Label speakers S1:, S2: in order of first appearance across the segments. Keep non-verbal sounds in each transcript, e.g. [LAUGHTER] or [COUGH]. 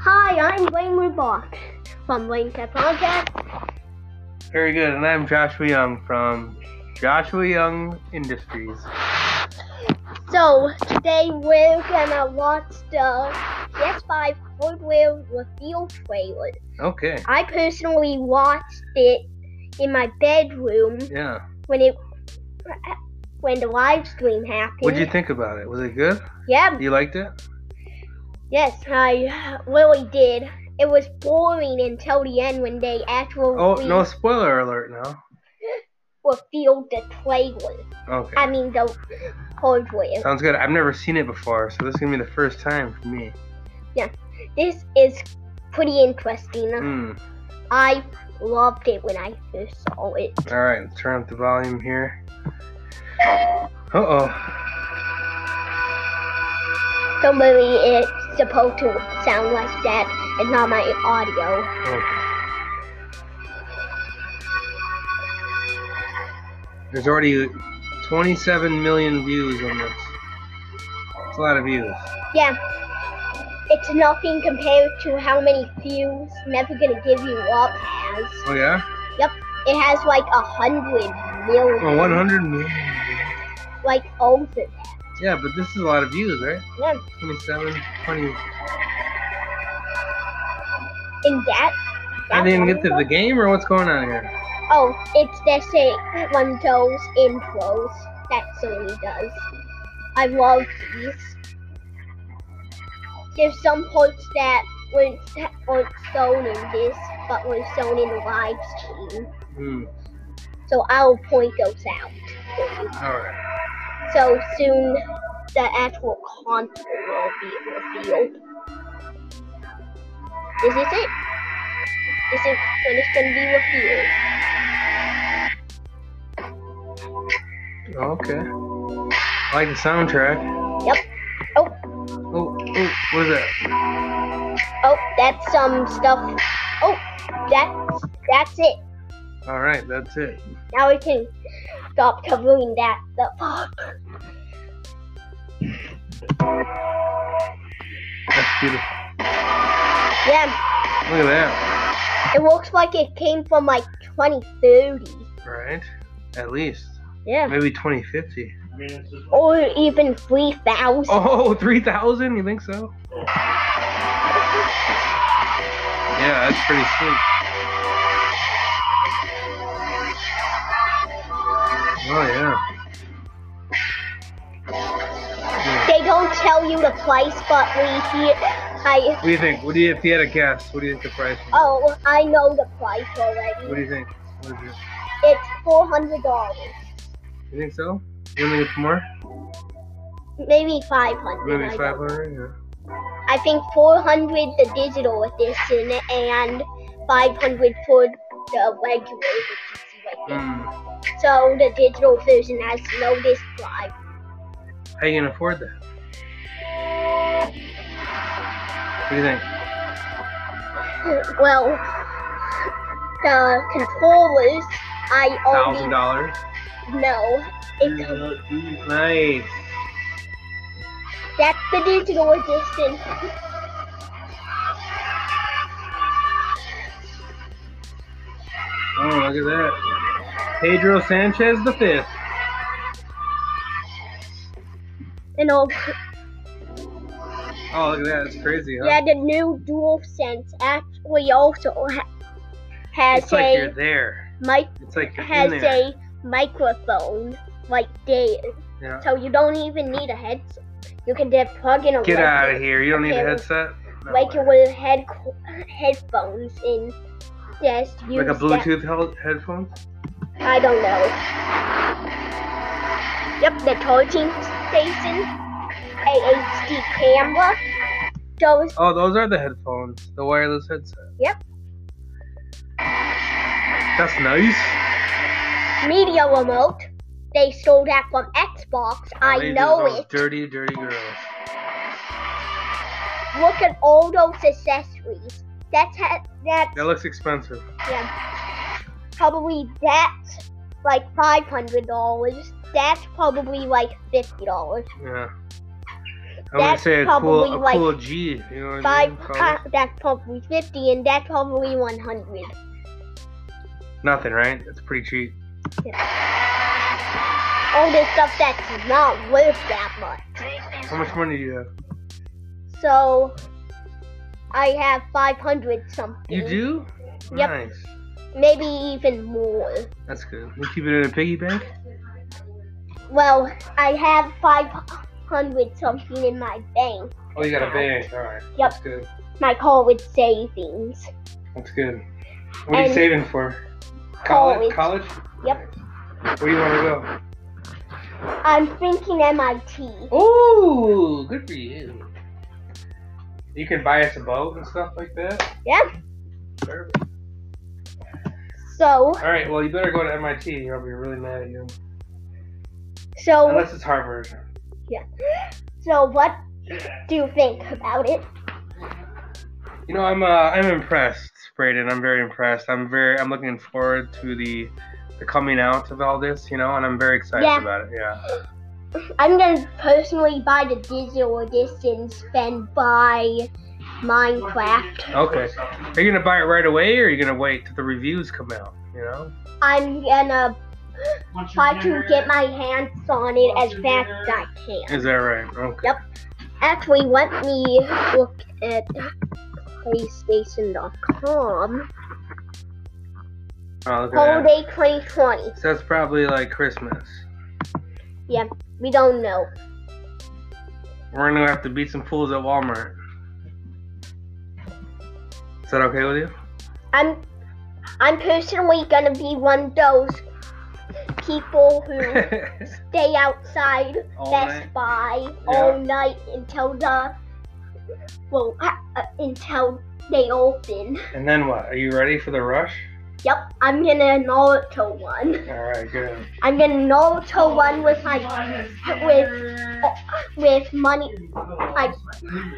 S1: Hi, I'm Wayne Rubach from Wayne Cat Project.
S2: Very good. And I'm Joshua Young from Joshua Young Industries.
S1: So today we're gonna watch the PS5 hardware reveal trailer.
S2: Okay.
S1: I personally watched it in my bedroom
S2: Yeah.
S1: when it when the live stream happened.
S2: What'd you think about it? Was it good?
S1: Yeah.
S2: You liked it?
S1: Yes, I really did. It was boring until the end when they actually
S2: Oh, no spoiler alert now.
S1: revealed the trailer. I
S2: Okay.
S1: mean the hardware.
S2: Sounds good. I've never seen it before, so this is gonna be the first time for me.
S1: This is pretty interesting.
S2: Hmm.
S1: I loved it when I first saw it.
S2: All right. Let's turn up the volume here. Uh oh.
S1: Normally it's supposed to sound like that and not my audio.
S2: Okay. There's already 27 million views on this. It's a lot of views.
S1: Yeah. It's nothing compared to how many views Never Gonna Give You Up has.
S2: Oh yeah.
S1: It has like a hundred million.
S2: Well, 100 million.
S1: Like over that.
S2: Yeah, but this is a lot of views, right?
S1: Yeah.
S2: 27, 20.
S1: And that.
S2: I
S1: that
S2: didn't even get to
S1: one
S2: the game, or what's going on here?
S1: though- Oh, it's that same one of those intros that Sony does. I love these. There's some parts that weren't, weren't shown in this, but were shown in the live stream.
S2: Hmm.
S1: So I'll point those out. for you.
S2: All right.
S1: So soon, the actual content will be revealed. This is it. This is when it's gonna be revealed.
S2: Okay. I like the soundtrack.
S1: Yep. Oh,
S2: Oh, oh, what is that?
S1: oh, that's some stuff. Oh, that's that's it.
S2: All right, that's it.
S1: Now we can stop covering that stuff up.
S2: That's beautiful.
S1: Yeah,
S2: Look at that.
S1: it looks like it came from like 2030.
S2: Right? At least.
S1: Yeah.
S2: Maybe 2050.
S1: Or even 3,000.
S2: Oh, 3,000? You think so? Yeah, that's pretty sweet. Oh, yeah. Oh.
S1: They don't tell you the price, but we hear. I
S2: What do you think? What do you, if you had a guess, what do you think the price was?
S1: oh, I know the price already.
S2: What do you think? What is it?
S1: It's four hundred dollars,
S2: You think so? You think it's more?
S1: maybe five hundred.
S2: Maybe 500? Yeah.
S1: I think four hundred the digital edition and five hundred for the regular edition right there.
S2: Mm.
S1: So the digital version has no disc drive. [LAUGHS]
S2: How you gonna afford that? What do you think?
S1: Well, the controllers I
S2: Thousand
S1: only
S2: dollars. Mm.
S1: know. It's,
S2: Nice.
S1: that's the digital edition.
S2: Oh, look at that. Pedro Sanchez the fifth.
S1: And all
S2: Oh, look at that. That's crazy, huh?
S1: Yeah, the new DualSense actually also ha- has
S2: it's like you're
S1: a
S2: there.
S1: mic
S2: It's like you're
S1: has
S2: in there.
S1: a microphone right there,
S2: Yeah.
S1: so you don't even need a headset. You can just plug in a
S2: Get
S1: regu-
S2: out of here. You don't need a
S1: Okay.
S2: headset. No way.
S1: regular head headphones and just use
S2: Like a
S1: that-
S2: Bluetooth hel- headphones.
S1: I don't know. Yep, the charging station, a HD camera, those
S2: Oh, those are the headphones, the wireless headset.
S1: Yep. That's
S2: That's nice.
S1: media remote. They stole that from Xbox. I
S2: Ladies,
S1: know
S2: those
S1: it.
S2: Dirty, dirty girls.
S1: Look at all those accessories. That's ha- that's
S2: That looks expensive.
S1: probably that's like five hundred dollars. That's probably like fifty dollars.
S2: Yeah. I'm gonna
S1: That's
S2: say a
S1: probably
S2: cool, a
S1: like
S2: cool G. You know what I
S1: Five,
S2: mean?
S1: pro- that's probably 50, and that's probably 100.
S2: Nothing, right? That's pretty cheap.
S1: All this stuff that's not worth that much.
S2: How much money do you have?
S1: So, I have 500 something.
S2: You do?
S1: Mm. Yep.
S2: Nice.
S1: Maybe even more.
S2: That's good. You keep it in a piggy bank?
S1: Well, I have 500 something in my bank.
S2: Oh, you got a bank. All right.
S1: Yep.
S2: That's good.
S1: My college savings.
S2: That's good. What are you
S1: And-
S2: saving for? College.
S1: College.
S2: College.
S1: Yep.
S2: Nice. Where do you want
S1: I'm thinking MIT.
S2: to go? Ooh, good for you. You can buy us a boat and stuff like that.
S1: Yeah.
S2: Perfect.
S1: So,
S2: All right. Well, you better go to MIT, or I'll be really mad at you.
S1: so,
S2: Unless it's Harvard.
S1: so what do you think about it?
S2: You know, I'm uh, I'm impressed, Braden. I'm very impressed. I'm very I'm looking forward to the the coming out of all this. You know, and I'm very excited
S1: Yeah.
S2: about it. Yeah.
S1: I'm gonna personally buy the digital edition, spend buy Minecraft.
S2: Okay. Are you gonna buy it right away, or are you gonna wait till the reviews come out? You know.
S1: I'm gonna try to get my hands on it as fast as I can.
S2: Is that right? Okay.
S1: Yep. Actually, let me look at PlayStation.com.
S2: Oh, look at that.
S1: Holiday 2020.
S2: So that's probably like Christmas.
S1: We don't know.
S2: We're gonna have to beat some fools at Walmart. Is that okay with you?
S1: I'm I'm personally gonna be one of those people [LAUGHS]
S2: [LAUGHS]
S1: who stay outside
S2: All
S1: Best
S2: night?
S1: Buy all night until the well uh, uh, until they open.
S2: And then what? Are you ready for the rush?
S1: Yep, I'm gonna Naruto one.
S2: All right, good.
S1: I'm gonna Naruto one with my with with money like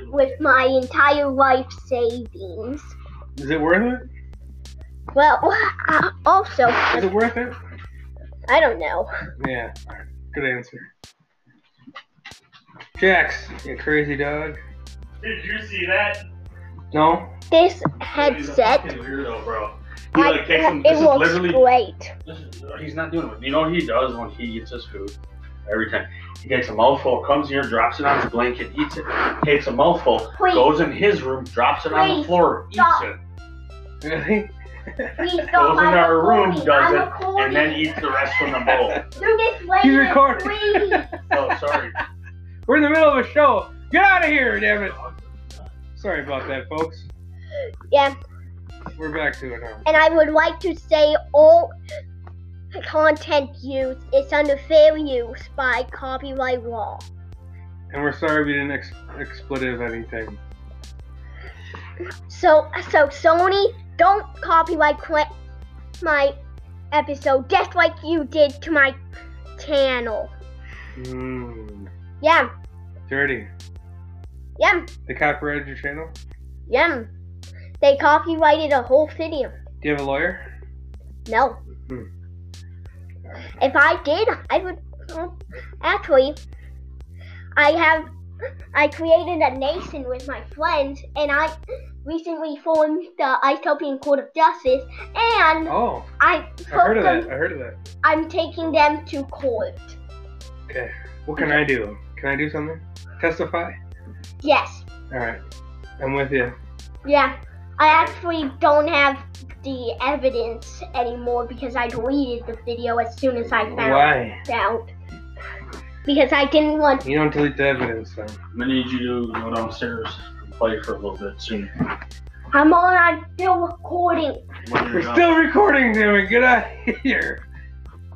S1: with my entire life savings.
S2: Is it worth it?
S1: Well, [LAUGHS] uh, also
S2: Is it worth it?
S1: I don't know.
S2: Yeah. All right. Good answer. Jax, you crazy dog.
S3: Did you see that?
S2: No.
S1: This headset,
S3: He's a fucking weirdo, bro. He
S1: I,
S3: like takes him. This
S1: it
S3: is
S1: looks
S3: literally.
S1: great.
S3: This is, he's not doing it. You know what he does when he eats his food? Every time he takes a mouthful, comes here, drops it on his blanket, eats it. Takes a mouthful,
S1: Please.
S3: goes in his room, drops it on the
S1: Please,
S3: floor, eats
S1: stop.
S3: it,
S2: Really?
S1: Please don't.
S3: goes in
S1: I'm
S3: our room,
S1: recording, I'm
S3: does it, and then
S1: recording.
S3: eats the rest from the bowl.
S1: Do this
S2: He's
S1: later,
S2: recording.
S3: [LAUGHS]
S1: please.
S3: Oh, sorry.
S2: We're in the middle of a show. Get out of here, damn it. Sorry about that, folks.
S1: Yeah,
S2: We're back to it now.
S1: and I would like to say all content use is under fair use by copyright law.
S2: And we're sorry we didn't ex- expletive anything.
S1: So, so Sony, don't copyright cla- my episode just like you did to my channel.
S2: Mmm.
S1: Yum,
S2: Dirty.
S1: yum,
S2: They copyrighted your channel?
S1: yum. They copyrighted a whole video.
S2: Do you have a lawyer?
S1: No.
S2: Hmm.
S1: If I did, I would. well, Actually, I have. I created a nation with my friends, and I recently formed the Utopian Court of Justice, and
S2: Oh,
S1: I
S2: I
S1: took
S2: heard of that.
S1: them,
S2: I heard of that.
S1: I'm taking them to court.
S2: Okay. What can I do? Can I do something? Testify?
S1: Yes.
S2: All right. I'm with you.
S1: Yeah. I actually don't have the evidence anymore because I deleted the video as soon as I found
S2: Why?
S1: it out. Because I didn't want
S2: You don't delete the evidence, though.
S3: I'm gonna need you to go downstairs and play for a little bit soon.
S1: I'm on. I'm still recording.
S3: When you're
S2: We're
S3: done.
S2: still recording, damn it. Get out of here.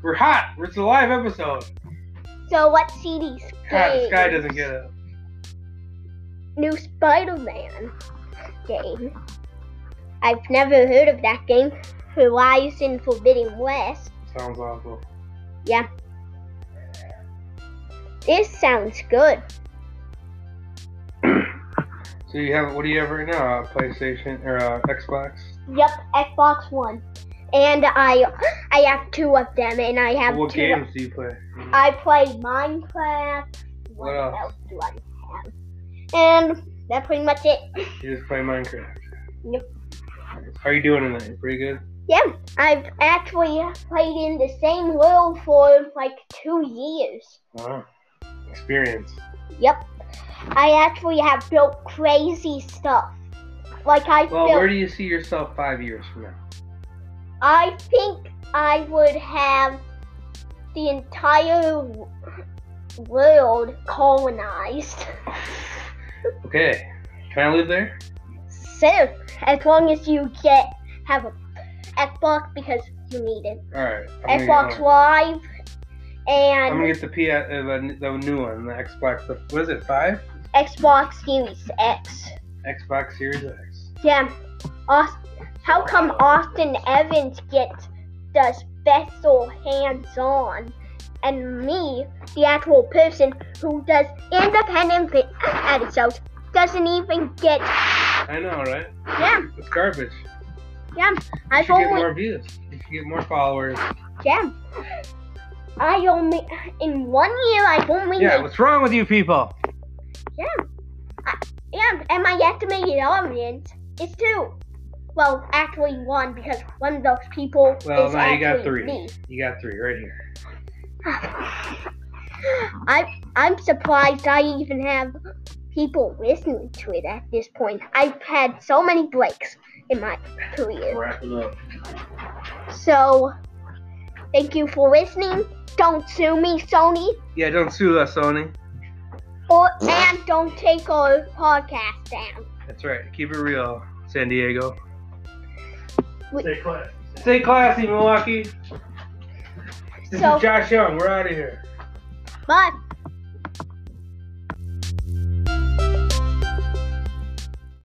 S2: We're hot. It's a live episode.
S1: So what CD's
S2: God, this guy
S1: games?
S2: Ah, doesn't get it.
S1: New Spider-Man game. I've never heard of that game. Horizon Forbidden West.
S2: Sounds awful.
S1: This sounds good.
S2: So you have what do you have right now? A PlayStation or uh, Xbox?
S1: Yep, Xbox One. And I, I have two of them, and I have
S2: what
S1: two. Uh,
S2: games do you play? uh?
S1: I play Minecraft.
S2: What else?
S1: do I And that's pretty much it.
S2: You just play Minecraft.
S1: Yep.
S2: How are you doing tonight? Pretty good.
S1: Yeah, I've actually played in the same world for like two years.
S2: Wow. Experience.
S1: Yep. I actually have built crazy stuff. Like I
S2: Well,
S1: built,
S2: where do you see yourself five years from now?
S1: I think I would have the entire w- world colonized. [LAUGHS]
S2: Okay. Can I live there?
S1: So, as long as you get have a Xbox because you need it.
S2: All right. I'm gonna
S1: Xbox
S2: get, one.
S1: Live
S2: I'm
S1: and
S2: gonna get the P, uh, the, the new one, the Xbox. The, what is it? Five?
S1: Xbox Series X.
S2: Xbox Series X.
S1: Yeah. Aust- How come Austin Evans gets the special hands-on, and me, the actual person who does independent vi- episodes, doesn't even get?
S2: I know, right?
S1: Yeah,
S2: It's garbage. You
S1: I've
S2: should get
S1: only
S2: more views. You should get more followers.
S1: yeah. I only in one year I've only
S2: Yeah,
S1: made,
S2: what's wrong with you people?
S1: yeah, and my estimated audience is two. Well, actually one because one of those people
S2: Well,
S1: is
S2: now you got
S1: actually
S2: three.
S1: me.
S2: You got three right here.
S1: I I'm surprised I even have people listening to it at this point. I've had so many breaks in my career.
S3: Wrap it up.
S1: So thank you for listening. Don't sue me, Sony,
S2: Yeah, don't sue us, Sony.
S1: or and don't take our podcast down.
S2: That's right. Keep it real, San Diego.
S3: Stay classy.
S2: Stay classy, Milwaukee. This
S1: So
S2: is Josh Young. We're out of here.
S1: bye.